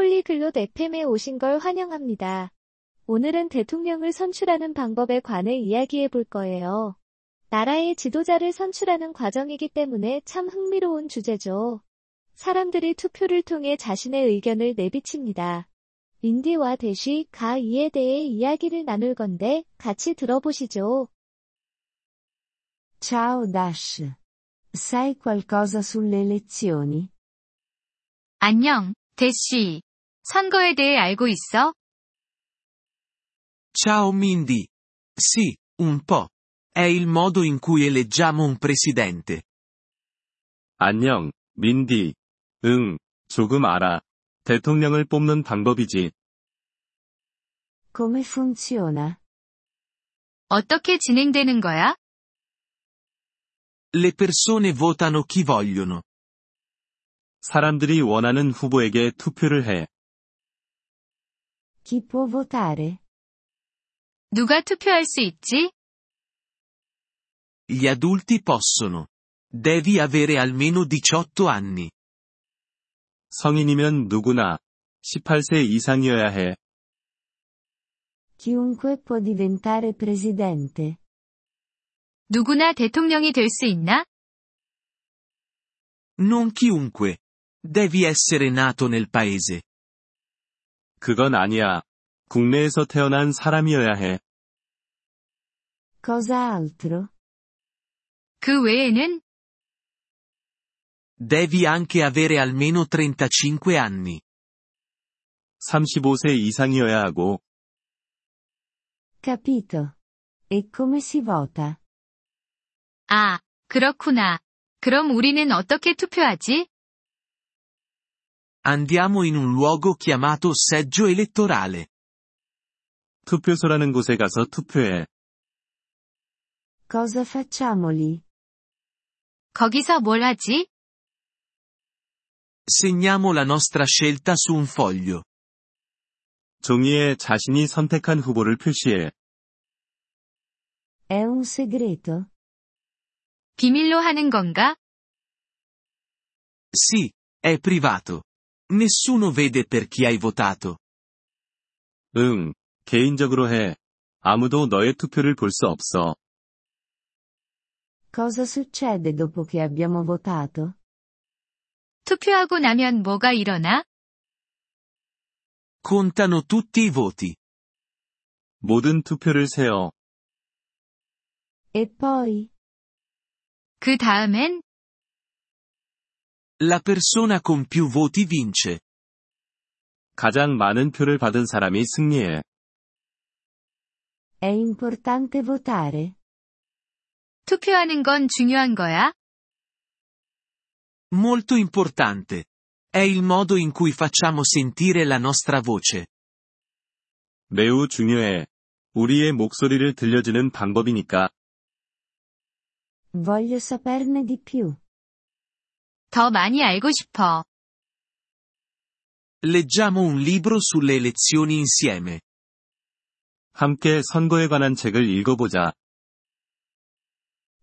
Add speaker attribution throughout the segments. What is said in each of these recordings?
Speaker 1: 폴리글롯 FM에 오신 걸 환영합니다. 오늘은 대통령을 선출하는 방법에 관해 이야기해 볼 거예요. 나라의 지도자를 선출하는 과정이기 때문에 참 흥미로운 주제죠. 사람들이 투표를 통해 자신의 의견을 내비칩니다. 인디와 대쉬, 가 이에 대해 이야기를 나눌 건데 같이 들어보시죠.
Speaker 2: Ciao Dash. Sai qualcosa sulle elezioni?
Speaker 3: 안녕, 대시. 선거에 대해 알고 있어?
Speaker 4: Ciao Mindy. Sì, un po'. È il modo in cui eleggiamo un presidente.
Speaker 5: 안녕, 민디. 응, 조금 알아. 대통령을 뽑는 방법이지.
Speaker 2: Come funziona?
Speaker 3: 어떻게 진행되는 거야?
Speaker 4: Le persone votano chi vogliono.
Speaker 5: 사람들이 원하는 후보에게 투표를 해.
Speaker 2: Chi può votare?
Speaker 3: 누가 투표할 수 있지?
Speaker 4: Gli adulti possono. Devi avere almeno 18 anni.
Speaker 5: 성인이면 누구나 18세 이상이어야 해.
Speaker 2: Chiunque può diventare presidente.
Speaker 3: 누구나 대통령이 될 수 있나?
Speaker 4: Non chiunque. Devi essere nato nel paese.
Speaker 5: 그건 아니야. 국내에서 태어난 사람이어야 해.
Speaker 2: Cosa altro?
Speaker 3: 그 외에는
Speaker 4: Devi anche avere almeno 35 anni.
Speaker 5: 35세 이상이어야 하고,
Speaker 2: Capito. E come si vota?
Speaker 3: 아, 그렇구나. 그럼 우리는 어떻게 투표하지?
Speaker 4: Andiamo in un luogo chiamato seggio elettorale.
Speaker 5: 투표소라는 곳에 가서 투표해.
Speaker 2: Cosa facciamo lì?
Speaker 3: 거기서 뭘 하지?
Speaker 4: Segniamo la nostra scelta su un foglio.
Speaker 5: 종이에 자신이 선택한 후보를 표시해.
Speaker 2: È un segreto?
Speaker 3: 비밀로 하는 건가?
Speaker 4: Sì, è privato. Nessuno vede per chi hai votato.
Speaker 5: 응, 개인적으로 해. 아무도 너의 투표를 볼 수 없어.
Speaker 2: Cosa succede dopo che abbiamo votato?
Speaker 3: 투표하고 나면 뭐가 일어나?
Speaker 4: Contano tutti i voti.
Speaker 5: 모든 투표를 세어.
Speaker 2: E poi?
Speaker 3: 그 다음엔
Speaker 4: La persona con più voti vince.
Speaker 5: 가장 많은 표를 받은 사람이 승리해.
Speaker 2: È importante votare?
Speaker 3: 투표하는 건 중요한 거야?
Speaker 4: Molto importante. È il modo in cui facciamo sentire la nostra voce.
Speaker 5: 매우 중요해. 우리의 목소리를 들려주는 방법이니까.
Speaker 2: Voglio saperne di più.
Speaker 3: 더 많이 알고 싶어.
Speaker 4: Leggiamo un libro sulle elezioni insieme.
Speaker 5: 함께 선거에 관한 책을 읽어보자.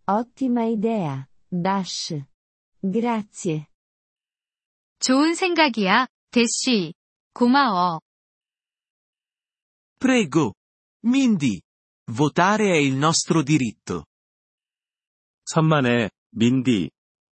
Speaker 2: Ottima idea, Dash. Grazie.
Speaker 3: 좋은 생각이야, 대시. 고마워.
Speaker 4: Prego. Mindy. Votare è il nostro diritto.
Speaker 5: 천만에, 민디.